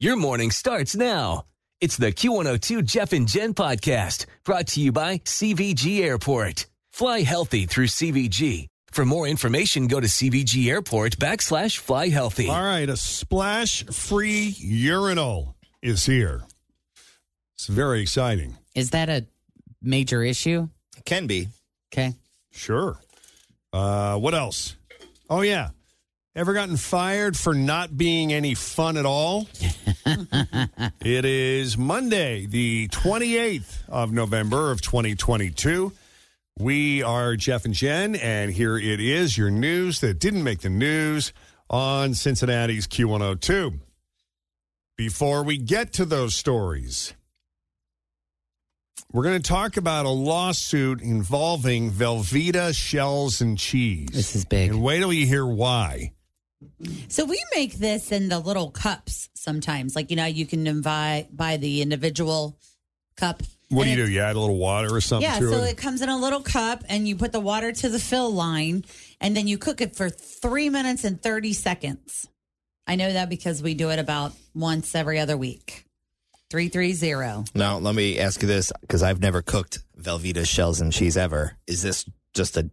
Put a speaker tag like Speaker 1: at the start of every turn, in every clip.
Speaker 1: Your morning starts now. It's the Q102 Jeff and Jen podcast brought to you by CVG Airport. Fly healthy through CVG. For more information, go to CVG Airport backslash fly healthy.
Speaker 2: All right, a splash free urinal is here. It's very exciting.
Speaker 3: Is that a major issue?
Speaker 4: It can be.
Speaker 3: Okay.
Speaker 2: Sure. Uh, what else? Oh, yeah. Ever gotten fired for not being any fun at all? it is Monday, the 28th of November of 2022. We are Jeff and Jen, and here it is your news that didn't make the news on Cincinnati's Q102. Before we get to those stories, we're going to talk about a lawsuit involving Velveeta shells and cheese.
Speaker 3: This is big.
Speaker 2: And wait till you hear why.
Speaker 5: So we make this in the little cups sometimes. Like you know, you can invite buy the individual cup.
Speaker 2: What do
Speaker 5: And
Speaker 2: you do? You add a little water or something
Speaker 5: Yeah,
Speaker 2: to
Speaker 5: so
Speaker 2: it?
Speaker 5: it comes in a little cup, and you put the water to the fill line, and then you cook it for three minutes and thirty seconds. I know that because we do it about once every other week. Three three zero.
Speaker 4: Now, let me ask you this because I've never cooked Velveeta shells and cheese ever. Is this just a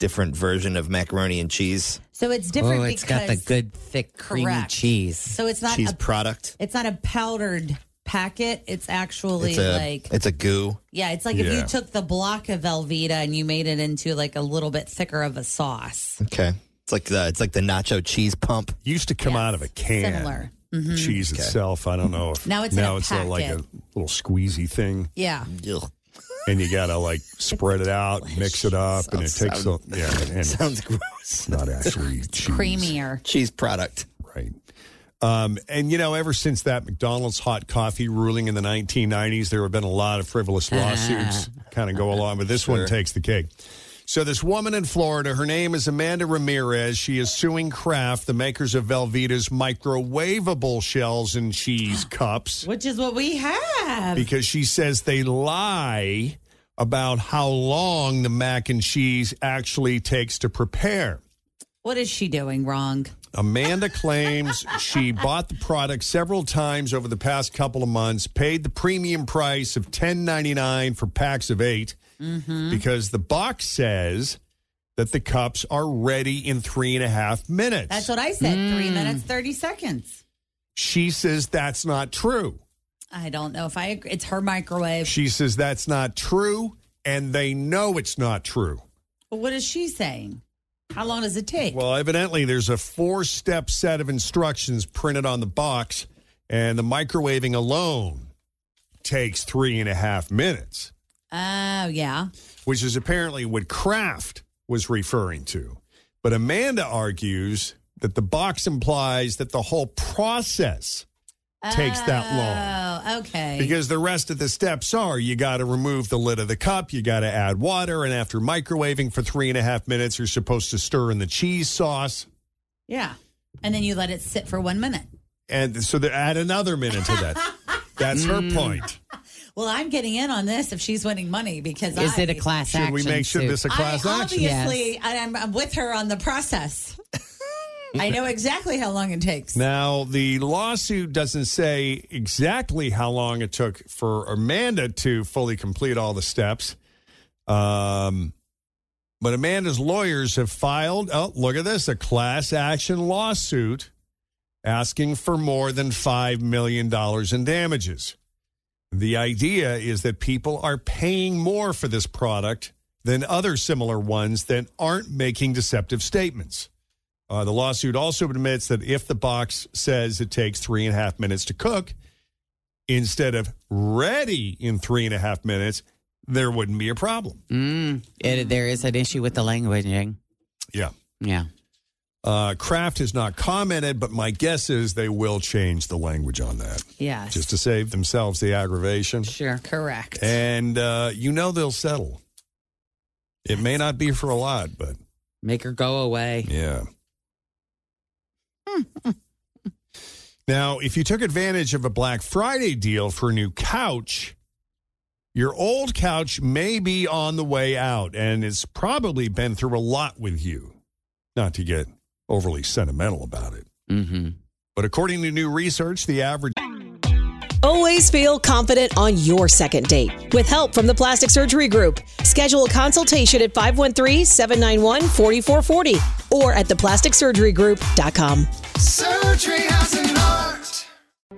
Speaker 4: different version of macaroni and cheese
Speaker 5: So it's different
Speaker 3: oh,
Speaker 5: because
Speaker 3: it's got the good thick creamy
Speaker 5: Correct.
Speaker 3: cheese.
Speaker 5: So it's not
Speaker 4: cheese
Speaker 5: a,
Speaker 4: product?
Speaker 5: it's not a powdered packet. It's actually
Speaker 4: It's a
Speaker 5: like
Speaker 4: it's a goo.
Speaker 5: Yeah, it's like if
Speaker 2: Yeah.
Speaker 5: you took the block of Velveeta and you made it into like a little bit thicker of a sauce.
Speaker 4: Okay, it's like the it's like the nacho cheese pump.
Speaker 2: used to come out of a can.
Speaker 5: Similar. Mm-hmm.
Speaker 2: The cheese itself. I don't know if
Speaker 5: Now it's in
Speaker 2: now
Speaker 5: a
Speaker 2: it's a, like a
Speaker 5: packet.
Speaker 2: little squeezy thing,
Speaker 5: Yeah.
Speaker 4: Ugh.
Speaker 2: and you gotta like spread it out, mix it up, and it takes a, yeah, and it's
Speaker 4: Sounds gross.
Speaker 2: not actually cheese,
Speaker 5: Creamier.
Speaker 4: cheese product.
Speaker 2: right? Um, and you know, ever since that McDonald's hot coffee ruling in the 1990s, there have been a lot of frivolous lawsuits kind of go along, but this one takes the cake. So, this woman in Florida, her name is Amanda Ramirez. She is suing Kraft, the makers of Velveeta's microwavable shells and cheese cups.
Speaker 5: Which is what we have.
Speaker 2: because she says they lie about how long the mac and cheese actually takes to prepare.
Speaker 5: What is she doing wrong?
Speaker 2: Amanda claims she bought the product several times over the past couple of months, paid the premium price of $10.99 for packs of 8
Speaker 5: Mm-hmm.
Speaker 2: because the box says that the cups are ready in three and a half minutes.
Speaker 5: That's what I said. Three minutes, 30 seconds.
Speaker 2: she says that's not true.
Speaker 5: I don't know if I agree. It's her microwave.
Speaker 2: She says that's not true, and they know it's not true.
Speaker 5: but what is she saying? How long does it take?
Speaker 2: Well, evidently, there's a four step set of instructions printed on the box, and the microwaving alone takes three and a half minutes,
Speaker 5: Oh, yeah.
Speaker 2: which is apparently what Kraft was referring to. But Amanda argues that the box implies that the whole process takes that long.
Speaker 5: Oh, okay.
Speaker 2: Because the rest of the steps are you got to remove the lid of the cup, you got to add water, and after microwaving for three and a half minutes, you're supposed to stir in the cheese sauce.
Speaker 5: yeah. And then you let it sit for one minute.
Speaker 2: And so they add another minute to that. That's her point.
Speaker 5: Well, I'm getting in on this if she's winning money because
Speaker 3: is
Speaker 5: I,
Speaker 3: it a class
Speaker 2: Should
Speaker 3: action?
Speaker 2: we make sure
Speaker 3: suit?
Speaker 2: this a class
Speaker 5: I
Speaker 2: action?
Speaker 5: obviously, I I'm, I'm with her on the process. I know exactly how long it takes.
Speaker 2: Now, the lawsuit doesn't say exactly how long it took for Amanda to fully complete all the steps. Um, but Amanda's lawyers have filed, oh, look at this, a class action lawsuit asking for more than $5 million in damages. The idea is that people are paying more for this product than other similar ones that aren't making deceptive statements. Uh, the lawsuit also admits that if the box says it takes three and a half minutes to cook instead of ready in three and a half minutes, there wouldn't be a problem.
Speaker 3: Mm, it, there is an issue with the languaging.
Speaker 2: Yeah.
Speaker 3: Yeah.
Speaker 2: Uh, Kraft has not commented, but my guess is they will change the language on that
Speaker 5: Yes.
Speaker 2: just to save themselves the aggravation.
Speaker 3: Sure.
Speaker 5: Correct.
Speaker 2: And uh, you know they'll settle. It may not be for a lot, but
Speaker 3: Make her go away.
Speaker 2: yeah. now, if you took advantage of a Black Friday deal for a new couch, your old couch may be on the way out, and it's probably been through a lot with you. Not to get overly sentimental about it.
Speaker 3: Mm-hmm.
Speaker 2: But according to new research, the average.
Speaker 6: Always feel confident on your second date. With help from the Plastic Surgery Group, schedule a consultation at 513 791 4440 or at theplasticsurgerygroup.com.
Speaker 7: Surgery has an art.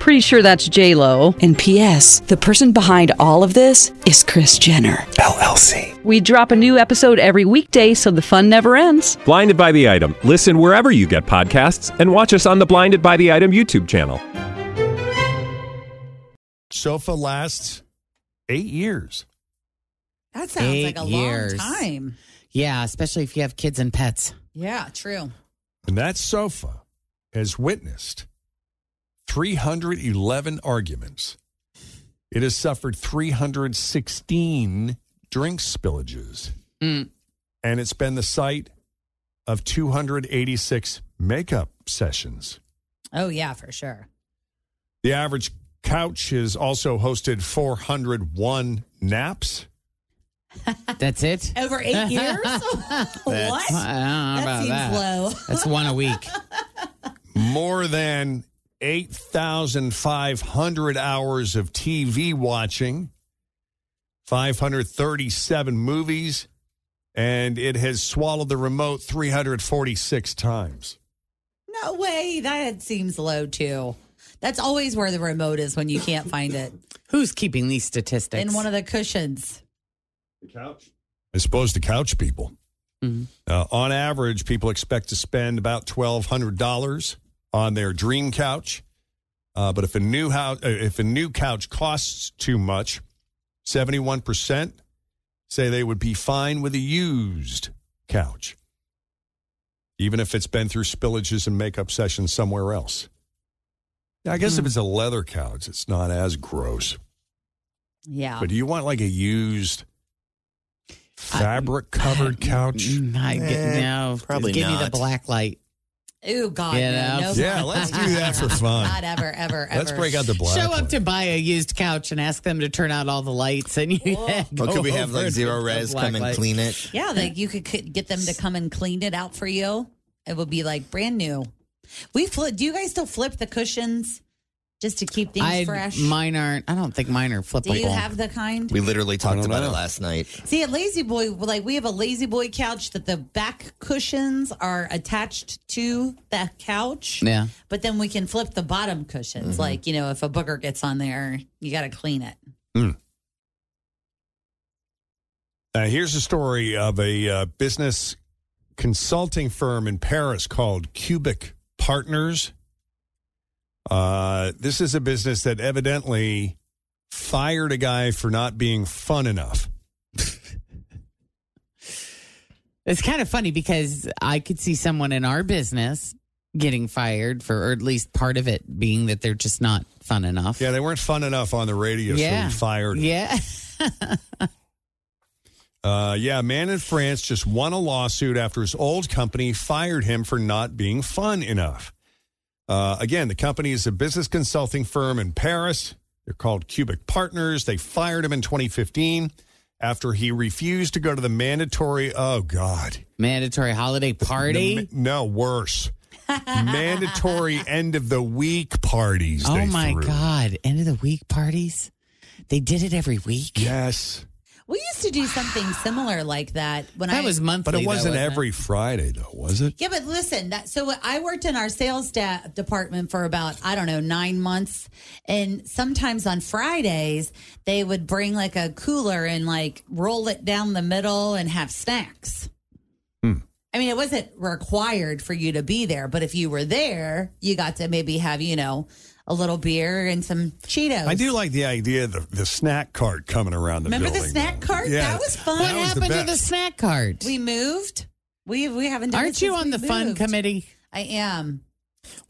Speaker 8: Pretty sure that's J Lo.
Speaker 6: And P.S. The person behind all of this is Chris Jenner.
Speaker 9: LLC.
Speaker 8: We drop a new episode every weekday, so the fun never ends.
Speaker 9: Blinded by the item. Listen wherever you get podcasts, and watch us on the Blinded by the Item YouTube channel.
Speaker 2: sofa lasts eight years.
Speaker 5: That sounds like
Speaker 3: Eight
Speaker 5: a
Speaker 3: years.
Speaker 5: long time.
Speaker 3: Yeah, especially if you have kids and pets.
Speaker 5: Yeah, true.
Speaker 2: And that sofa has witnessed 311 arguments. It has suffered 316 drink spillages.
Speaker 3: Mm.
Speaker 2: And it's been the site of 286 makeup sessions.
Speaker 5: Oh yeah, for sure.
Speaker 2: The average couch has also hosted 401 naps.
Speaker 3: That's it?
Speaker 5: Over eight years? what?
Speaker 3: Uh, I
Speaker 5: That
Speaker 3: don't know about
Speaker 5: seems low.
Speaker 3: That's one a week.
Speaker 2: More than 8,500 hours of TV watching, 537 movies, and it has swallowed the remote 346 times.
Speaker 5: No way. That seems low too. That's always where the remote is when you can't find it.
Speaker 3: Who's keeping these statistics?
Speaker 5: In one of the cushions.
Speaker 2: I suppose the couch people. Uh, on average, people expect to spend about $1,200 on their dream couch. Uh, but if a new house, uh, if a new couch costs too much, 71% say they would be fine with a used couch, even if it's been through spillages and makeup sessions somewhere else. Now, I guess if it's a leather couch, it's not as gross.
Speaker 5: Yeah.
Speaker 2: But do you want like a used fabric covered couch?
Speaker 3: Mm, I get,
Speaker 4: Eh,
Speaker 3: no.
Speaker 4: probably
Speaker 3: Give me the
Speaker 4: not.
Speaker 3: black light.
Speaker 5: Ooh, God.
Speaker 3: You
Speaker 5: no,
Speaker 3: know?
Speaker 5: no
Speaker 2: Yeah,
Speaker 5: fun.
Speaker 2: let's do that for fun.
Speaker 5: Not ever, ever, ever.
Speaker 2: Let's break out the black.
Speaker 3: Show up
Speaker 2: one.
Speaker 3: to buy a used couch and ask them to turn out all the lights, and you.
Speaker 5: Whoa.
Speaker 4: Well,
Speaker 3: go
Speaker 4: could we have
Speaker 3: over
Speaker 4: like
Speaker 3: and
Speaker 4: zero
Speaker 3: get the
Speaker 4: res
Speaker 3: black
Speaker 4: come and
Speaker 3: light.
Speaker 4: clean it?
Speaker 5: Yeah, like you could, could get them to come and clean it out for you. It would be like brand new. We flip. Do you guys still flip the cushions just to keep things
Speaker 3: I
Speaker 5: fresh?
Speaker 3: mine aren't. I don't think mine are flippable.
Speaker 5: do you have the kind?
Speaker 4: We literally talked
Speaker 2: don't
Speaker 4: about
Speaker 2: know.
Speaker 4: it last night.
Speaker 5: See, at Lazy Boy, like we have a Lazy Boy couch that the back cushions are attached to the couch.
Speaker 3: yeah. Mm-hmm.
Speaker 5: But then we can flip the bottom cushions. Like, you know, if a booger gets on there, you got to clean it.
Speaker 2: Now, here's a story of a uh, business consulting firm in Paris called Cubic Partners. Uh, this is a business that evidently fired a guy for not being fun enough.
Speaker 3: It's kind of funny because I could see someone in our business getting fired for, or at least part of it being that they're just not fun enough.
Speaker 2: Yeah, they weren't fun enough on the radio, so
Speaker 3: Yeah.
Speaker 2: we fired. him.
Speaker 3: Yeah.
Speaker 2: Uh, yeah, a man in France just won a lawsuit after his old company fired him for not being fun enough. Uh, again, the company is a business consulting firm in Paris. They're called Cubic Partners. They fired him in 2015 after he refused to go to the mandatory, oh God,
Speaker 3: Mandatory holiday
Speaker 2: The
Speaker 3: party.
Speaker 2: ma- no, worse. mandatory end of the week parties.
Speaker 3: Oh
Speaker 2: they
Speaker 3: my
Speaker 2: threw.
Speaker 3: God. End of the week parties? They did it every week?
Speaker 2: Yes.
Speaker 5: We used to do something similar like that when I
Speaker 3: That was monthly.
Speaker 2: But it
Speaker 3: though,
Speaker 2: wasn't every Friday, though, was it?
Speaker 5: Yeah, but listen, that so I worked in our sales da- department for about I don't know 9 months and sometimes on Fridays they would bring like a cooler and like roll it down the middle and have snacks.
Speaker 2: Hmm.
Speaker 5: I mean, it wasn't required for you to be there, but if you were there, you got to maybe have, you know, a little beer and some Cheetos.
Speaker 2: I do like the idea of the, the snack cart coming around the
Speaker 5: Remember
Speaker 2: building.
Speaker 5: the snack cart?
Speaker 2: Yeah.
Speaker 5: That was fun.
Speaker 3: What
Speaker 2: That was the
Speaker 3: happened to the
Speaker 2: best.
Speaker 3: snack card?
Speaker 5: We moved. We we haven't done it
Speaker 3: Aren't you
Speaker 5: since
Speaker 3: on
Speaker 5: we
Speaker 3: the fun
Speaker 5: moved.
Speaker 3: committee?
Speaker 5: I am.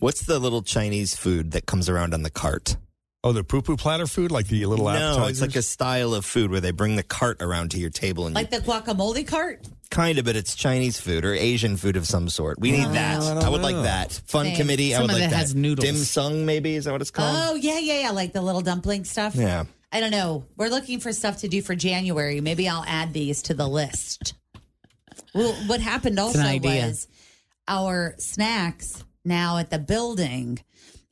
Speaker 4: What's the little Chinese food that comes around on the cart?
Speaker 2: Oh, the poo poo platter food, like the little
Speaker 4: no, it's
Speaker 2: appetizers.
Speaker 4: like a style of food where they bring the cart around to your table and
Speaker 5: Like the guacamole cart?
Speaker 4: kind of, but it's Chinese food or Asian food of some sort. We need that.
Speaker 2: Oh, I
Speaker 4: I,
Speaker 2: don't
Speaker 4: would like
Speaker 2: know.
Speaker 4: that. Fun
Speaker 5: Same.
Speaker 4: committee. I would
Speaker 3: Someone
Speaker 4: like
Speaker 3: that has noodles.
Speaker 4: Dim sum, maybe is that what it's called?
Speaker 5: Oh, yeah, yeah, yeah. Like the little dumpling stuff.
Speaker 4: Yeah.
Speaker 5: I don't know. We're looking for stuff to do for January. Maybe I'll add these to the list. Well, what happened also
Speaker 3: idea.
Speaker 5: was our snacks now at the building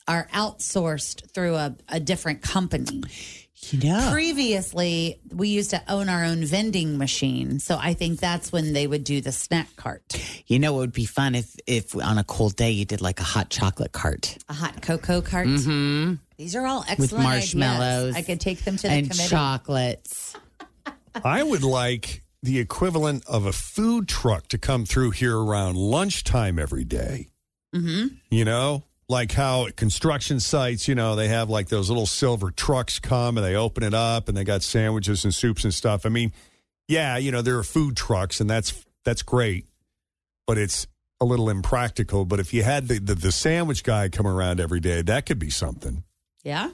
Speaker 5: are outsourced through a, a different company.
Speaker 3: You know.
Speaker 5: Previously, we used to own our own vending machine. So I think that's when they would do the snack cart,
Speaker 3: You know, it would be fun if, if on a cold day you did like a hot chocolate cart
Speaker 5: a hot cocoa cart.
Speaker 3: mm-hmm.
Speaker 5: These are all
Speaker 3: with
Speaker 5: excellent ideas.
Speaker 3: marshmallows.
Speaker 5: I could take them to the
Speaker 3: and
Speaker 5: committee.
Speaker 3: chocolates.
Speaker 2: I would like the equivalent of a food truck to come through here around lunchtime every day.
Speaker 3: Mm-hmm.
Speaker 5: Mhm.
Speaker 2: You know, like how at construction sites, you know, they have like those little silver trucks come and they open it up and they got sandwiches and soups and stuff. I mean, yeah, you know, there are food trucks and that's that's great, but it's a little impractical. But if you had the, the, the sandwich guy come around every day, that could be something.
Speaker 5: Yeah.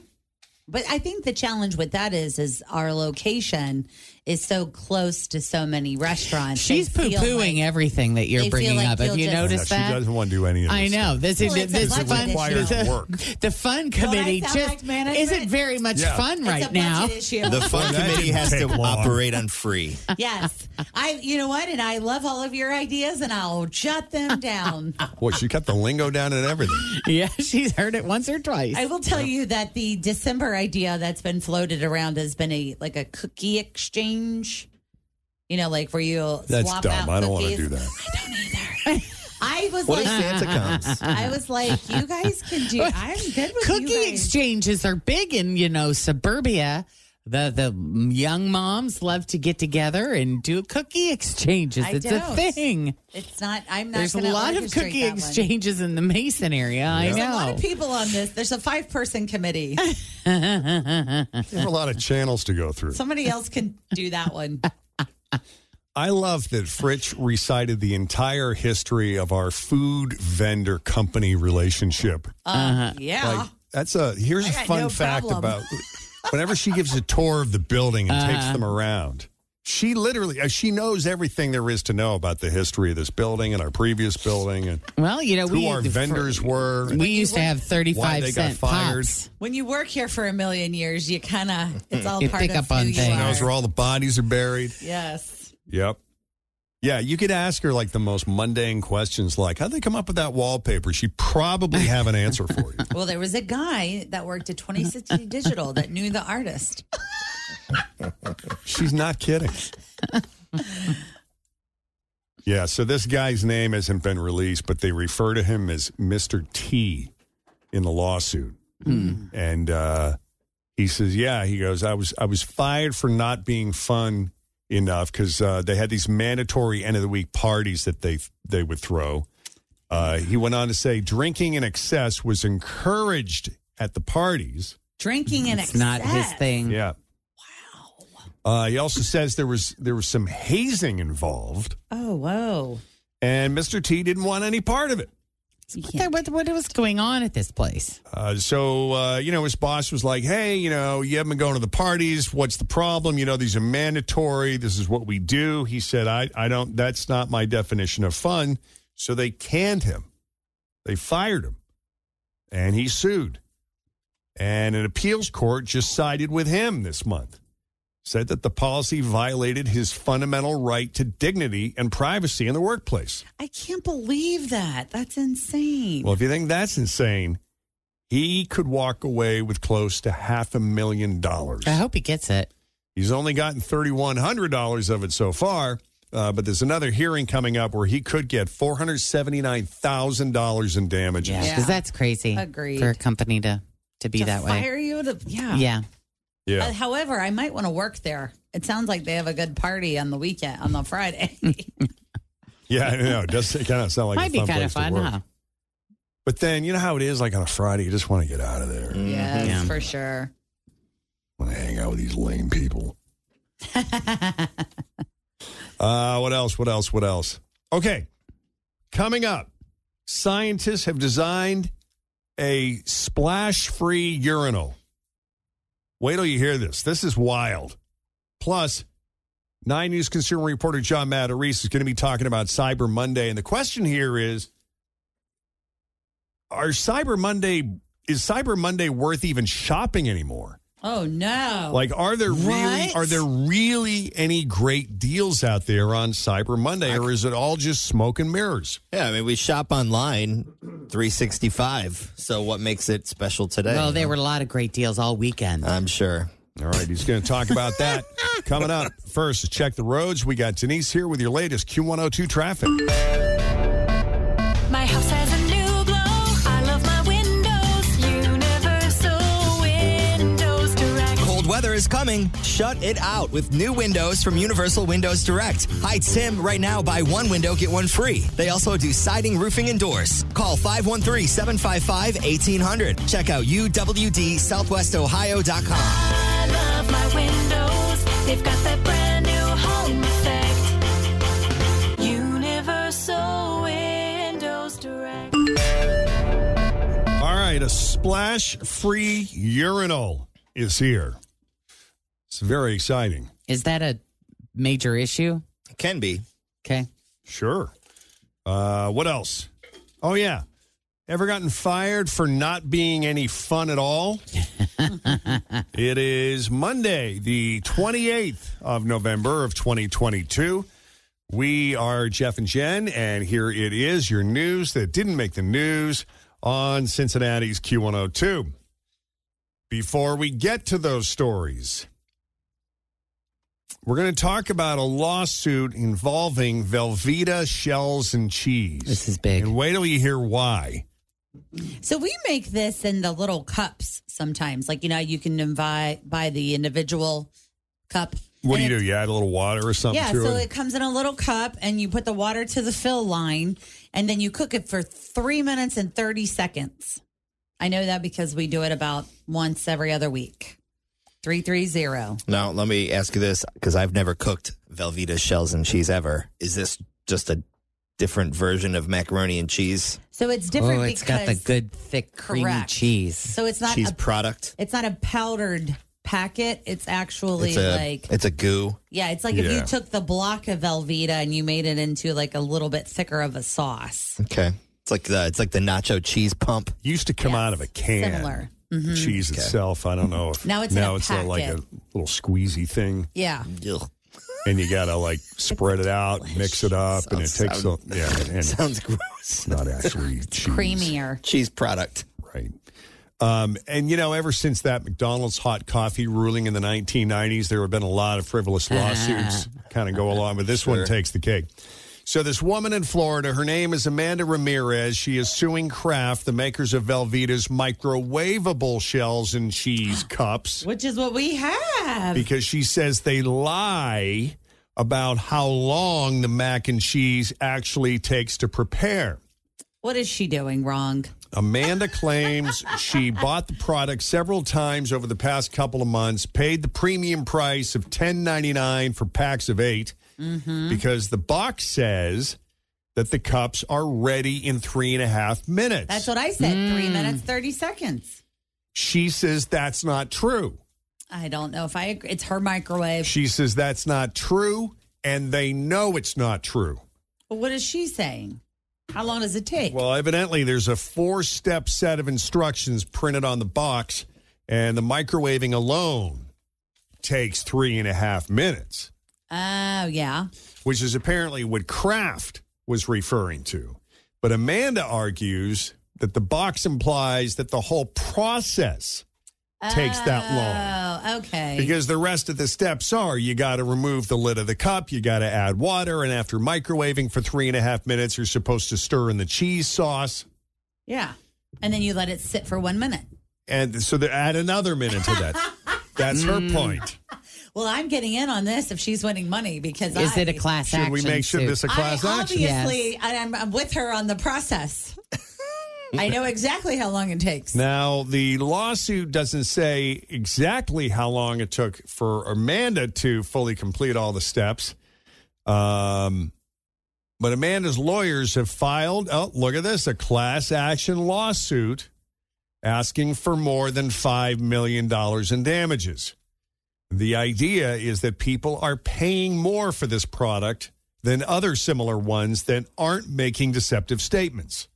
Speaker 5: But I think the challenge with that is is our location is so close to so many restaurants.
Speaker 3: She's poo
Speaker 5: They feel
Speaker 3: pooing
Speaker 5: like-
Speaker 3: everything that
Speaker 5: they
Speaker 3: you're
Speaker 5: feel
Speaker 3: bringing
Speaker 5: like
Speaker 3: up. Have
Speaker 5: you'll
Speaker 3: you
Speaker 5: just-
Speaker 3: noticed
Speaker 2: Yeah, she
Speaker 3: that?
Speaker 2: doesn't want to do any of this.
Speaker 3: I know this is
Speaker 5: Well, it's a
Speaker 3: this
Speaker 5: budget
Speaker 3: fun.
Speaker 5: issue.
Speaker 3: this-
Speaker 2: Work.
Speaker 3: The fun committee
Speaker 5: sound like
Speaker 3: just
Speaker 5: management?
Speaker 3: isn't very much
Speaker 2: Yeah.
Speaker 3: fun
Speaker 5: It's a
Speaker 3: right
Speaker 5: budget
Speaker 3: now.
Speaker 5: issue.
Speaker 4: The fun
Speaker 2: That
Speaker 4: committee
Speaker 2: didn't
Speaker 4: has to
Speaker 2: take long.
Speaker 4: operate on free.
Speaker 5: yes. I you know what? And I love all of your ideas and I'll jot them down.
Speaker 2: Boy, she cut the lingo down and everything.
Speaker 3: Yeah, she's heard it once or twice.
Speaker 5: I will tell you that the December idea that's been floated around has been a like a cookie exchange. You know, like where you
Speaker 2: That's
Speaker 5: swap out
Speaker 2: dumb. I don't want to do
Speaker 5: cookies.
Speaker 2: that.
Speaker 5: I was
Speaker 4: What if
Speaker 5: like
Speaker 4: Santa comes?
Speaker 5: I was like, you guys can do I'm good with you
Speaker 3: Cookie
Speaker 5: guys.
Speaker 3: exchanges are big in you know suburbia. The the young moms love to get together and do cookie exchanges.
Speaker 5: I
Speaker 3: it's
Speaker 5: don't.
Speaker 3: a thing.
Speaker 5: It's not. I'm not.
Speaker 3: There's a
Speaker 5: gonna
Speaker 3: lot of
Speaker 5: orchestrate
Speaker 3: cookie
Speaker 5: that one.
Speaker 3: exchanges in the Mason area. I
Speaker 5: There's a lot
Speaker 3: know.
Speaker 5: of people on this. There's a five person committee.
Speaker 2: We have a lot of channels to go through.
Speaker 5: Somebody else can do that one. Uh,
Speaker 2: I love that Fritch recited the entire history of our food vendor company relationship.
Speaker 5: Uh,
Speaker 3: Uh-huh.
Speaker 5: Yeah.
Speaker 2: Like, that's a here's
Speaker 5: I
Speaker 2: a
Speaker 5: got
Speaker 2: fun
Speaker 5: no
Speaker 2: fact
Speaker 5: problem.
Speaker 2: about whenever she gives a tour of the building and
Speaker 3: Uh-huh.
Speaker 2: takes them around. She literally uh, she knows everything there is to know about the history of this building and our previous building and
Speaker 3: Well, you know,
Speaker 2: who
Speaker 3: we
Speaker 2: our
Speaker 3: the fir-
Speaker 2: vendors were.
Speaker 3: We used to have
Speaker 2: Why
Speaker 3: thirty-five
Speaker 2: they got
Speaker 3: cent
Speaker 2: fired.
Speaker 3: pops.
Speaker 5: when you work here for a million years, you kind of it's all
Speaker 3: You
Speaker 5: part
Speaker 3: pick
Speaker 5: of
Speaker 3: up on
Speaker 5: who you
Speaker 3: things.
Speaker 5: are.
Speaker 2: knows where all the bodies are buried.
Speaker 5: Yes.
Speaker 2: Yep. Yeah, you could ask her like the most mundane questions, like how'd they come up with that wallpaper? She'd probably have an answer for you.
Speaker 5: Well, there was a guy that worked at 2060 Digital that knew the artist.
Speaker 2: She's not kidding. yeah, so this guy's name hasn't been released, but they refer to him as Mr. T in the lawsuit. And uh, he says, "Yeah." He goes, "I was I was fired for not being fun enough because uh, they had these mandatory end of the week parties that they they would throw." Uh, he went on to say, "Drinking in excess was encouraged at the parties."
Speaker 5: Drinking in
Speaker 3: It's not his
Speaker 5: excess.
Speaker 3: thing.
Speaker 2: Yeah. Wow. Uh, he also says there was there was some hazing involved,
Speaker 5: Oh, whoa.
Speaker 2: and Mr. T didn't want any part of it.
Speaker 3: What, the- what, what was going on at this place?
Speaker 2: Uh, so uh, you know, his boss was like, "Hey, you know, you haven't been going to the parties. What's the problem? You know, these are mandatory. This is what we do." He said, "I I don't. That's not my definition of fun." So they canned him. They fired him, and he sued. And an appeals court just sided with him this month, said that the policy violated his fundamental right to dignity and privacy in the workplace.
Speaker 5: I can't believe that. That's insane.
Speaker 2: Well, if you think that's insane, he could walk away with close to half a million dollars. I
Speaker 3: hope he gets it.
Speaker 2: He's only gotten $3,100 of it so far, uh, but there's another hearing coming up where he could get $479,000 in damages.
Speaker 3: Yeah, because that's crazy.
Speaker 5: Agreed.
Speaker 3: For a company to to be
Speaker 5: To
Speaker 3: that way.
Speaker 5: Fire you to yeah.
Speaker 3: Yeah.
Speaker 5: Uh, however, I might want to work there. It sounds like they have a good party on the weekend on the Friday.
Speaker 2: Yeah, I know. It does kind of sound like
Speaker 5: Might
Speaker 2: a
Speaker 5: be
Speaker 2: fun
Speaker 5: kinda
Speaker 2: place to
Speaker 5: fun,
Speaker 2: work.
Speaker 5: huh?
Speaker 2: But then you know how it is. Like on a Friday, you just want to get out of there.
Speaker 5: yes, for sure.
Speaker 2: want to hang out with these lame people. uh, what else? What else? What else? Okay. Coming up, scientists have designed a splash free urinal. Wait till you hear this. This is wild. Plus, Nine News consumer reporter John Matarese is going to be talking about Cyber Monday. And the question here is Are Cyber Monday, is Cyber Monday worth even shopping anymore?
Speaker 5: Oh no.
Speaker 2: Like, are there really
Speaker 5: What?
Speaker 2: are there really any great deals out there on Cyber Monday, or is it all just smoke and mirrors?
Speaker 4: Yeah, I mean, we shop online 365. So what makes it special today?
Speaker 3: Well, there were a lot of great deals all weekend.
Speaker 4: I'm sure.
Speaker 2: All right, he's going to talk about that coming up. First, check the roads. We got Denise here with your latest Q102 traffic.
Speaker 10: My house has a new glow. I love my windows. Universal Windows Direct.
Speaker 4: Cold weather is coming. Shut it out with new windows from Universal Windows Direct. Hi, Tim. Right now, buy one window, get one free. They also do siding, roofing, and doors. Call 513 755 1800. Check out uwdsouthwestohio.com.
Speaker 10: I love my windows. They've got that brand new home effect. Universal Windows Direct.
Speaker 2: All right, a splash free urinal is here. It's very exciting.
Speaker 3: Is that a major issue?
Speaker 4: Can be.
Speaker 3: Okay.
Speaker 2: Sure. Uh, what else? Oh, yeah. Ever gotten fired for not being any fun at all? it is Monday, the 28th of November of 2022. We are Jeff and Jen, and here it is your news that didn't make the news on Cincinnati's Q102. Before we get to those stories, we're going to talk about a lawsuit involving Velveeta shells and cheese. This
Speaker 3: is big.
Speaker 2: And wait till you hear why.
Speaker 5: So we make this in the little cups sometimes. Like you know, you can invite buy the individual cup.
Speaker 2: What do you do? You add a little water or something
Speaker 5: yeah,
Speaker 2: to
Speaker 5: so
Speaker 2: it?
Speaker 5: it comes in a little cup, and you put the water to the fill line, and then you cook it for three minutes and thirty seconds. I know that because we do it about once every other week. Three three zero.
Speaker 4: Now, let me ask you this because I've never cooked Velveeta shells and cheese ever. Is this just a different version of macaroni and cheese?
Speaker 5: So it's different
Speaker 4: Oh,
Speaker 5: because
Speaker 4: it's got the
Speaker 3: Good thick creamy
Speaker 5: Correct.
Speaker 3: cheese.
Speaker 5: So it's not
Speaker 4: cheese
Speaker 5: a,
Speaker 4: product.
Speaker 5: it's not a powdered packet. It's actually
Speaker 4: It's a,
Speaker 5: like
Speaker 4: it's a goo.
Speaker 5: Yeah, it's like if
Speaker 4: Yeah.
Speaker 5: you took the block of Velveeta and you made it into like a little bit thicker of a sauce.
Speaker 4: Okay. It's like the it's like the nacho cheese pump.
Speaker 2: Used to come out of a can.
Speaker 5: Similar.
Speaker 2: The
Speaker 5: Mhm.
Speaker 2: cheese itself. I don't know if
Speaker 5: Now it's in
Speaker 2: now
Speaker 5: a
Speaker 2: it's not like a
Speaker 5: packet.
Speaker 2: little squeezy thing,
Speaker 5: Yeah.
Speaker 2: and you gotta like spread it out, mix it up, and it takes
Speaker 4: sound-
Speaker 2: a, yeah. And
Speaker 4: sounds gross.
Speaker 2: Not actually cheese.
Speaker 5: Creamier.
Speaker 4: Cheese product.
Speaker 2: Right. Um, and you know, ever since that McDonald's hot coffee ruling in the 1990s, there have been a lot of frivolous lawsuits kind of go along, but this one
Speaker 4: Sure.
Speaker 2: takes the cake. So, this woman in Florida, her name is Amanda Ramirez. She is suing Kraft, the makers of Velveeta's microwavable shells and cheese cups,
Speaker 5: Which is what we have.
Speaker 2: because she says they lie about how long the mac and cheese actually takes to prepare.
Speaker 5: What is she doing wrong?
Speaker 2: Amanda claims she bought the product several times over the past couple of months, paid the premium price of $10.99 for packs of 8
Speaker 5: Mm-hmm.
Speaker 2: because the box says that the cups are ready in three and a half minutes.
Speaker 5: That's what I said.
Speaker 2: Hmm.
Speaker 5: Three minutes, 30 seconds.
Speaker 2: she says that's not true.
Speaker 5: I don't know if I agree. It's her microwave.
Speaker 2: She says that's not true, and they know it's not true.
Speaker 5: But what is she saying? How long does it take?
Speaker 2: Well, evidently, there's a four step set of instructions printed on the box, and the microwaving alone takes three and a half minutes,
Speaker 5: Oh, yeah.
Speaker 2: which is apparently what Kraft was referring to. But Amanda argues that the box implies that the whole process takes that long.
Speaker 5: Oh, okay.
Speaker 2: Because the rest of the steps are you got to remove the lid of the cup, you got to add water, and after microwaving for three and a half minutes, you're supposed to stir in the cheese sauce.
Speaker 5: yeah. And then you let it sit for one minute.
Speaker 2: And so they add another minute to that. That's her
Speaker 3: Mm.
Speaker 2: point.
Speaker 5: Well, I'm getting in on this if she's winning money because
Speaker 3: Is
Speaker 5: I,
Speaker 3: it a class
Speaker 2: Should
Speaker 3: action?
Speaker 2: we make sure
Speaker 3: suit?
Speaker 2: this a class
Speaker 5: I
Speaker 2: action?
Speaker 5: obviously I- I'm, I'm with her on the process. I know exactly how long it takes.
Speaker 2: Now, the lawsuit doesn't say exactly how long it took for Amanda to fully complete all the steps. Um, but Amanda's lawyers have filed, oh, look at this, a class action lawsuit asking for more than $5 million in damages. The idea is that people are paying more for this product than other similar ones that aren't making deceptive statements.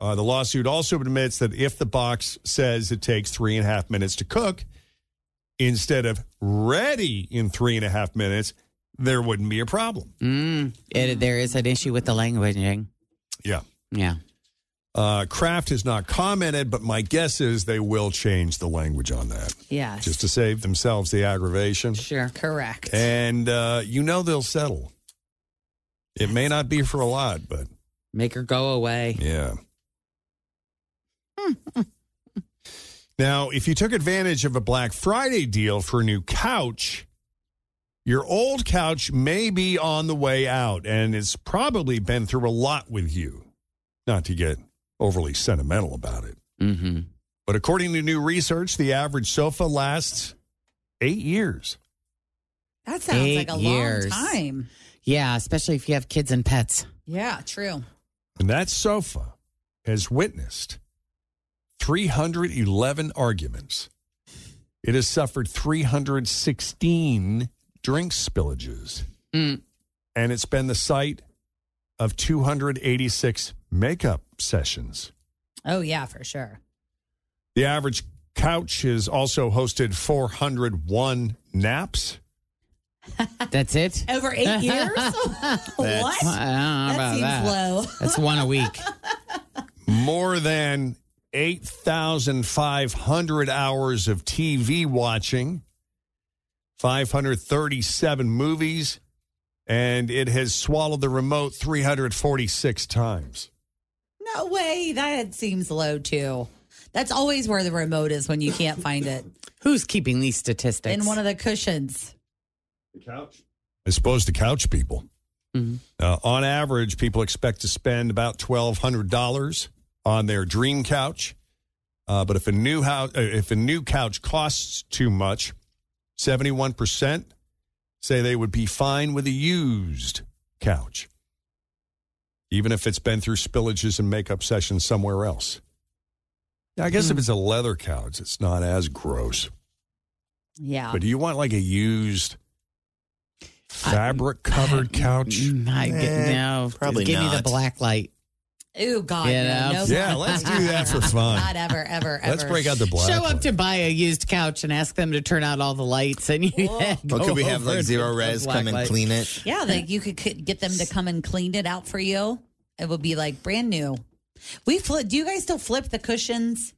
Speaker 2: Uh, the lawsuit also admits that if the box says it takes three and a half minutes to cook instead of ready in three and a half minutes, there wouldn't be a problem.
Speaker 3: Mm, it, there is an issue with the languaging.
Speaker 2: Yeah.
Speaker 3: Yeah.
Speaker 2: Uh, Kraft has not commented, but my guess is they will change the language on that
Speaker 5: Yes.
Speaker 2: just to save themselves the aggravation.
Speaker 3: Sure.
Speaker 5: Correct.
Speaker 2: And uh, you know they'll settle. It may not be for a lot, but
Speaker 3: Make her go away.
Speaker 2: Yeah. now, if you took advantage of a Black Friday deal for a new couch, your old couch may be on the way out, and it's probably been through a lot with you. Not to get overly sentimental about it.
Speaker 3: Mm-hmm.
Speaker 2: But according to new research, the average sofa lasts eight years.
Speaker 5: That sounds
Speaker 3: Eight
Speaker 5: like a
Speaker 3: years.
Speaker 5: long time.
Speaker 3: Yeah, especially if you have kids and pets.
Speaker 5: Yeah, true.
Speaker 2: And that sofa has witnessed 311 arguments. It has suffered 316 drink spillages.
Speaker 3: Mm.
Speaker 2: And it's been the site of 286 makeup sessions.
Speaker 5: Oh, yeah, for sure.
Speaker 2: The average couch has also hosted 401 naps.
Speaker 3: That's it?
Speaker 5: Over eight years? what?
Speaker 3: Well, I don't know
Speaker 5: That
Speaker 3: about
Speaker 5: seems low.
Speaker 3: That's one a week.
Speaker 2: More than 8,500 hours of TV watching, 537 movies, and it has swallowed the remote 346 times.
Speaker 5: No way. That seems low, too. That's always where the remote is when you can't find it.
Speaker 3: Who's keeping these statistics?
Speaker 5: In one of the cushions.
Speaker 2: I suppose the couch people. Uh, on average, people expect to spend about twelve hundred dollars on their dream couch. Uh, but if a new house, uh, if a new couch costs too much, seventy-one percent say they would be fine with a used couch, even if it's been through spillages and makeup sessions somewhere else. Yeah, I guess if it's a leather couch, it's not as gross.
Speaker 5: Yeah.
Speaker 2: But do you want like a used fabric covered couch?
Speaker 3: I get,
Speaker 2: Eh,
Speaker 3: no.
Speaker 4: probably
Speaker 3: Give me
Speaker 4: not.
Speaker 3: the black light.
Speaker 5: Ooh, God.
Speaker 3: You
Speaker 5: no,
Speaker 3: know?
Speaker 5: no
Speaker 2: Yeah,
Speaker 5: fun.
Speaker 2: let's do that for fun.
Speaker 5: Not ever, ever, ever.
Speaker 2: Let's break out the black.
Speaker 3: Show
Speaker 2: one.
Speaker 3: up to buy a used couch and ask them to turn out all the lights, and you then go
Speaker 4: Well, could we
Speaker 2: Oh,
Speaker 4: have
Speaker 3: over
Speaker 4: like
Speaker 3: and
Speaker 4: zero
Speaker 3: get the
Speaker 4: res
Speaker 3: black
Speaker 4: come and
Speaker 3: light.
Speaker 4: clean it?
Speaker 5: Yeah, like you could c- get them to come and clean it out for you. It would be like brand new. We flip. Do you guys still flip the cushions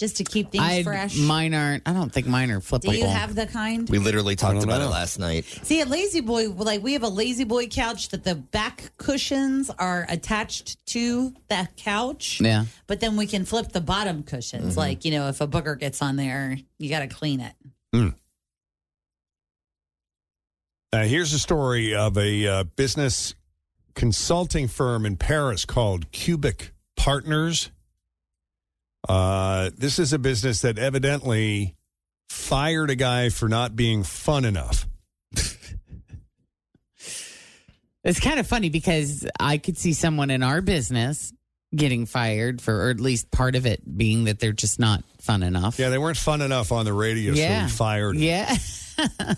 Speaker 5: just to keep things
Speaker 3: I,
Speaker 5: fresh?
Speaker 3: Mine aren't. I don't think mine are flippable.
Speaker 5: do you have the kind?
Speaker 4: We literally talked
Speaker 2: don't
Speaker 4: about
Speaker 2: know.
Speaker 4: it last night.
Speaker 5: See, at Lazy Boy, like we have a Lazy Boy couch that the back cushions are attached to the couch.
Speaker 3: yeah. Mm-hmm.
Speaker 5: But then we can flip the bottom cushions. Like, you know, if a booger gets on there, you got to clean it.
Speaker 2: Uh, here's a story of a uh, business consulting firm in Paris called Cubic Partners. Uh, this is a business that evidently fired a guy for not being fun enough.
Speaker 3: It's kind of funny because I could see someone in our business getting fired for, or at least part of it being that they're just not fun enough.
Speaker 2: Yeah, they weren't fun enough on the radio, so
Speaker 3: Yeah.
Speaker 2: we fired. him.
Speaker 3: Yeah.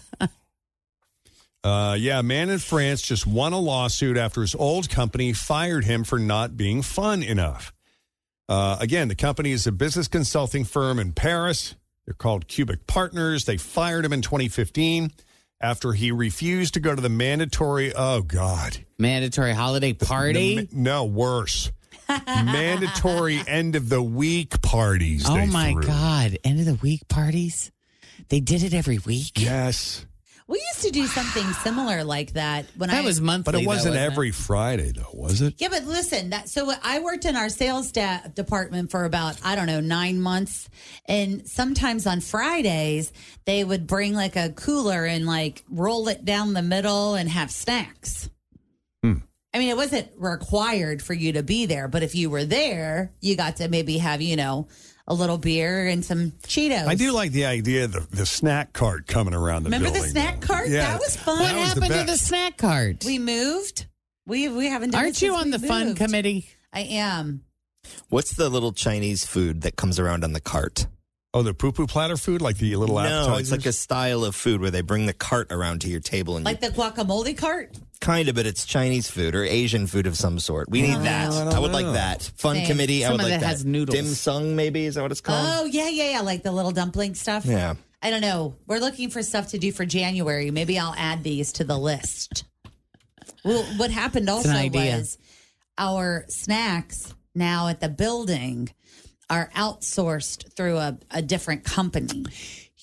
Speaker 2: Uh, yeah, a man in France just won a lawsuit after his old company fired him for not being fun enough. Uh, again, the company is a business consulting firm in Paris. They're called Cubic Partners. They fired him in 2015 after he refused to go to the mandatory, oh God.
Speaker 3: Mandatory holiday party?
Speaker 2: The ma- no, worse. mandatory end of the week parties.
Speaker 3: Oh
Speaker 2: they
Speaker 3: my
Speaker 2: threw.
Speaker 3: God. End of the week parties? They did it every week?
Speaker 2: Yes.
Speaker 5: We used to do something similar like that when I
Speaker 3: That was monthly.
Speaker 2: But it
Speaker 3: though,
Speaker 2: wasn't every Friday, though, was it?
Speaker 5: Yeah, but listen, that so I worked in our sales da- department for about I don't know nine months, and sometimes on Fridays they would bring like a cooler and like roll it down the middle and have snacks. I mean, it wasn't required for you to be there, but if you were there, you got to maybe have you know a little beer and some Cheetos.
Speaker 2: I do like the idea of the, the snack cart coming around the
Speaker 5: Remember
Speaker 2: building.
Speaker 5: the snack cart?
Speaker 2: Yeah.
Speaker 5: That was fun.
Speaker 2: What That was the happened to the best.
Speaker 3: snack cart?
Speaker 5: We moved. We we haven't. Done it
Speaker 3: Aren't you
Speaker 5: since
Speaker 3: on
Speaker 5: we
Speaker 3: the fun
Speaker 5: moved.
Speaker 3: committee?
Speaker 5: I am.
Speaker 4: What's the little Chinese food that comes around on the cart?
Speaker 2: Oh, the poo poo platter food, like the little
Speaker 4: no, it's
Speaker 2: appetizers.
Speaker 4: like a style of food where they bring the cart around to your table and
Speaker 5: Like the guacamole cart?
Speaker 4: you kind of, but it's Chinese food or Asian food of some sort. We need that.
Speaker 2: I don't
Speaker 4: I, would like
Speaker 2: know.
Speaker 4: that. Fun
Speaker 5: Same.
Speaker 4: committee. I
Speaker 3: Some
Speaker 4: would
Speaker 3: of
Speaker 4: like
Speaker 3: it
Speaker 4: that.
Speaker 3: has noodles.
Speaker 4: Dim sum, maybe is that what it's called?
Speaker 5: Oh, yeah, yeah, yeah. Like the little dumpling stuff.
Speaker 4: Um, Yeah.
Speaker 5: I don't know. We're looking for stuff to do for January. Maybe I'll add these to the list. Well, what happened also
Speaker 3: idea.
Speaker 5: was our snacks now at the building are outsourced through a, a different company.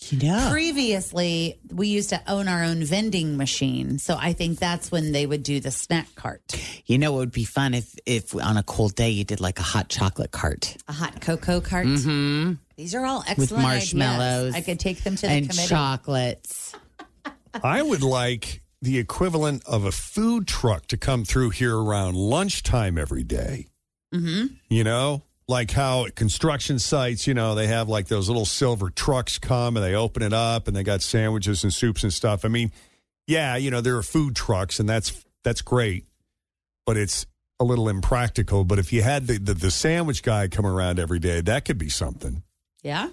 Speaker 3: You know.
Speaker 5: Previously, we used to own our own vending machine. So I think that's when they would do the snack cart,
Speaker 3: You know, it would be fun if, if on a cold day you did like a hot chocolate cart
Speaker 5: a hot cocoa cart.
Speaker 3: mm-hmm.
Speaker 5: These are all excellent
Speaker 3: with
Speaker 5: ideas.
Speaker 3: marshmallows.
Speaker 5: I could take them to the
Speaker 3: and
Speaker 5: committee.
Speaker 3: chocolates.
Speaker 2: I would like the equivalent of a food truck to come through here around lunchtime every day.
Speaker 5: Mm-hmm.
Speaker 2: You know, like how at construction sites, you know, they have like those little silver trucks come and they open it up and they got sandwiches and soups and stuff. I mean, yeah, you know, there are food trucks and that's that's great, but it's a little impractical. But if you had the, the, the sandwich guy come around every day, that could be something.
Speaker 5: Yeah.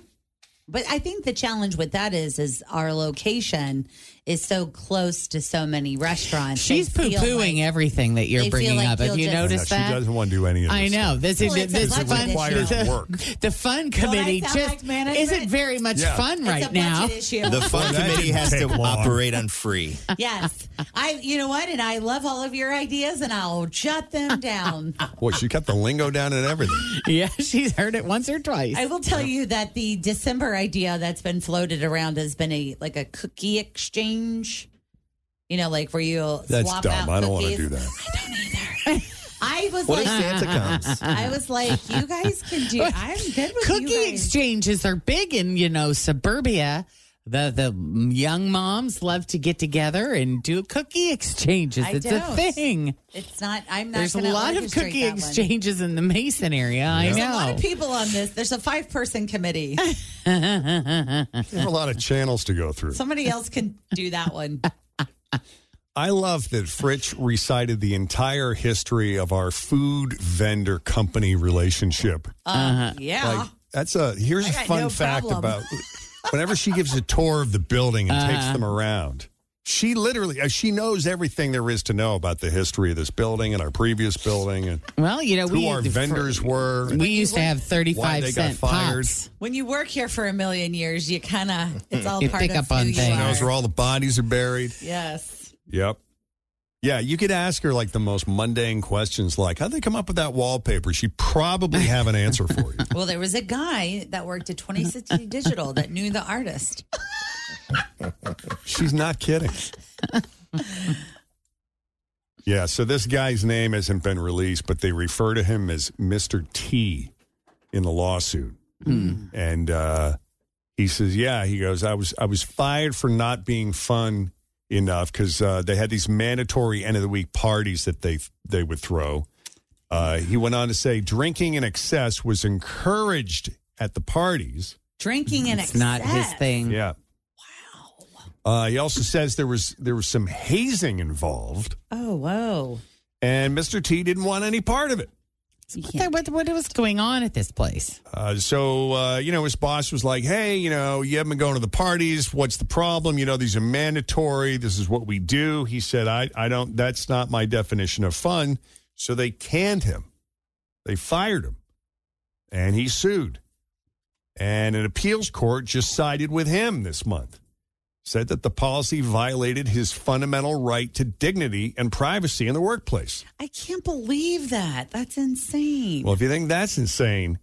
Speaker 5: But I think the challenge with that is is our location is so close to so many restaurants.
Speaker 3: She's poo
Speaker 5: They feel
Speaker 3: pooing
Speaker 5: like-
Speaker 3: everything that you're
Speaker 5: they feel
Speaker 3: bringing
Speaker 5: like
Speaker 3: up. Have
Speaker 5: you'll
Speaker 3: you
Speaker 5: just-
Speaker 3: noticed
Speaker 2: Yeah,
Speaker 3: that?
Speaker 2: She doesn't want to do any of this.
Speaker 3: I know
Speaker 2: stuff.
Speaker 3: this
Speaker 5: Well,
Speaker 3: is
Speaker 5: it's a
Speaker 3: this
Speaker 5: budget
Speaker 3: fun.
Speaker 5: issue.
Speaker 3: the-
Speaker 2: Work.
Speaker 3: The fun
Speaker 5: Well, I
Speaker 3: committee
Speaker 5: sound
Speaker 3: just
Speaker 5: like management.
Speaker 3: isn't very much
Speaker 2: Yeah.
Speaker 3: fun
Speaker 5: It's a
Speaker 3: right
Speaker 5: budget
Speaker 3: now.
Speaker 5: issue.
Speaker 4: The fun
Speaker 2: That
Speaker 4: committee
Speaker 2: didn't
Speaker 4: has to
Speaker 2: take long.
Speaker 4: operate on free.
Speaker 5: yes. I you know what? And I love all of your ideas and I'll jot them down.
Speaker 2: Boy, she got the lingo down and everything.
Speaker 3: Yeah, she's heard it once or twice.
Speaker 5: I will tell you that the December idea that's been floated around has been a like a cookie exchange. You know, like where you'll
Speaker 2: That's
Speaker 5: swap out
Speaker 2: dumb. I don't want to
Speaker 5: cookies.
Speaker 2: do that.
Speaker 5: I was
Speaker 4: What if
Speaker 5: like
Speaker 4: Santa comes?
Speaker 5: I was like, you guys can do I'm good with you
Speaker 3: Cookie
Speaker 5: guys.
Speaker 3: exchanges are big in you know suburbia. The the young moms love to get together and do cookie exchanges.
Speaker 5: I
Speaker 3: it's
Speaker 5: don't.
Speaker 3: a thing.
Speaker 5: It's not. I'm not.
Speaker 3: There's a
Speaker 5: gonna
Speaker 3: lot of
Speaker 5: orchestrate
Speaker 3: cookie
Speaker 5: that one.
Speaker 3: exchanges in the Mason area. I
Speaker 5: There's a lot
Speaker 3: know.
Speaker 5: of people on this. There's a five person committee.
Speaker 2: You have a lot of channels to go through.
Speaker 5: Somebody else can do that one.
Speaker 3: Uh-huh.
Speaker 2: I love that Fritch recited the entire history of our food vendor company relationship.
Speaker 5: Uh, yeah.
Speaker 2: Like that's a here's
Speaker 5: I
Speaker 2: a
Speaker 5: got
Speaker 2: fun
Speaker 5: no
Speaker 2: fact
Speaker 5: problem.
Speaker 2: about whenever she gives a tour of the building and takes
Speaker 3: Uh-huh.
Speaker 2: them around. She literally uh, she knows everything there is to know about the history of this building and our previous building and
Speaker 3: well, you know
Speaker 2: who
Speaker 3: we
Speaker 2: our vendors were.
Speaker 3: We used to have thirty
Speaker 2: why
Speaker 3: five
Speaker 2: they got
Speaker 3: cent
Speaker 2: fired.
Speaker 3: pops.
Speaker 5: when you work here for a million years, you kind of it's all
Speaker 3: You
Speaker 5: part
Speaker 3: pick
Speaker 5: of
Speaker 3: up
Speaker 5: who
Speaker 3: on
Speaker 5: you
Speaker 3: things.
Speaker 5: are.
Speaker 2: knows where all the bodies are buried.
Speaker 5: Yes.
Speaker 2: Yep. Yeah, you could ask her like the most mundane questions, like how'd they come up with that wallpaper? She'd probably have an answer for you.
Speaker 5: Well, there was a guy that worked at 2060 Digital that knew the artist.
Speaker 2: She's not kidding. yeah, so this guy's name hasn't been released, but they refer to him as Mr. T in the lawsuit. And uh, he says, "Yeah." He goes, "I was I was fired for not being fun enough because uh, they had these mandatory end of the week parties that they they would throw." Uh, he went on to say, "Drinking in excess was encouraged at the parties."
Speaker 5: Drinking and
Speaker 3: It's not his
Speaker 5: Mm.
Speaker 3: thing.
Speaker 2: Yeah. Wow. Uh, he also says there was there was some hazing involved,
Speaker 5: Oh, whoa.
Speaker 2: and Mr. T didn't want any part of it.
Speaker 3: What, the, what, what was going on at this place?
Speaker 2: Uh, so uh, you know, his boss was like, "Hey, you know, you haven't been going to the parties. What's the problem? You know, these are mandatory. This is what we do." He said, "I, I don't. That's not my definition of fun." So they canned him. They fired him, and he sued. And an appeals court just sided with him this month. Said that the policy violated his fundamental right to dignity and privacy in the workplace.
Speaker 5: I can't believe that. That's insane.
Speaker 2: Well, if you think that's insane,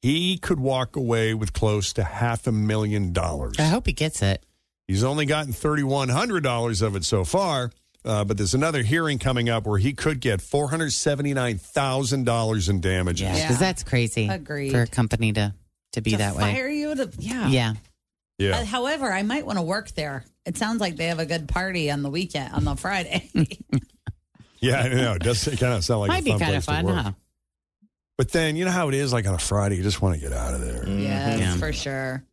Speaker 2: he could walk away with close to half a million dollars. I
Speaker 3: hope he gets it.
Speaker 2: He's only gotten $3,100 of it so far, uh, but there's another hearing coming up where he could get $479,000 in damages.
Speaker 3: Yeah, because that's crazy.
Speaker 5: Agreed.
Speaker 3: For a company to to be
Speaker 5: To
Speaker 3: that way.
Speaker 5: fire you to yeah
Speaker 3: Yeah.
Speaker 2: Yeah.
Speaker 5: Uh, however, I might want to work there. It sounds like they have a good party on the weekend on the Friday.
Speaker 3: Mhm.
Speaker 2: Yeah, I know. It does kind of sound like a
Speaker 5: Might be
Speaker 2: fun
Speaker 5: kinda
Speaker 2: place
Speaker 5: fun,
Speaker 2: to work.
Speaker 5: huh?
Speaker 2: But then you know how it is. Like on a Friday, you just want to get out of there.
Speaker 5: yes, for sure.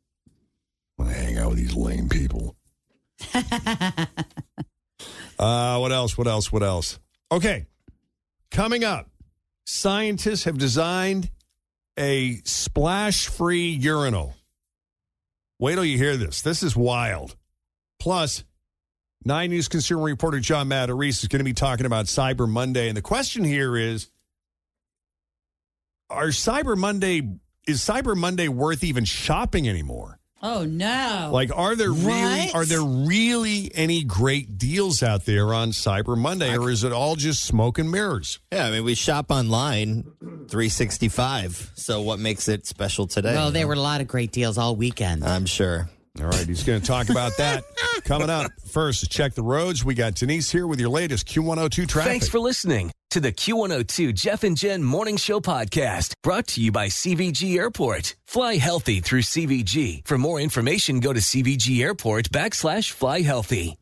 Speaker 2: want to hang out with these lame people. uh, what else? What else? What else? Okay. Coming up, scientists have designed a splash free urinal. Wait till you hear this. This is wild. Plus, Nine News consumer reporter John Matarese is going to be talking about Cyber Monday. And the question here is are Cyber Monday, is Cyber Monday worth even shopping anymore?
Speaker 5: Oh no!
Speaker 2: Like, are there really
Speaker 5: What?
Speaker 2: are there really any great deals out there on Cyber Monday, or is it all just smoke and mirrors?
Speaker 4: Yeah, I mean, we shop online 365. So what makes it special today?
Speaker 3: Well, there were a lot of great deals all weekend.
Speaker 2: Uh,
Speaker 4: I'm sure.
Speaker 2: All right, he's going to talk about that coming up. First, check the roads. We got Denise here with your latest Q102 traffic.
Speaker 1: Thanks for listening to the Q102 Jeff and Jen Morning Show podcast brought to you by CVG Airport. Fly healthy through CVG. For more information, go to CVG Airport backslash fly healthy.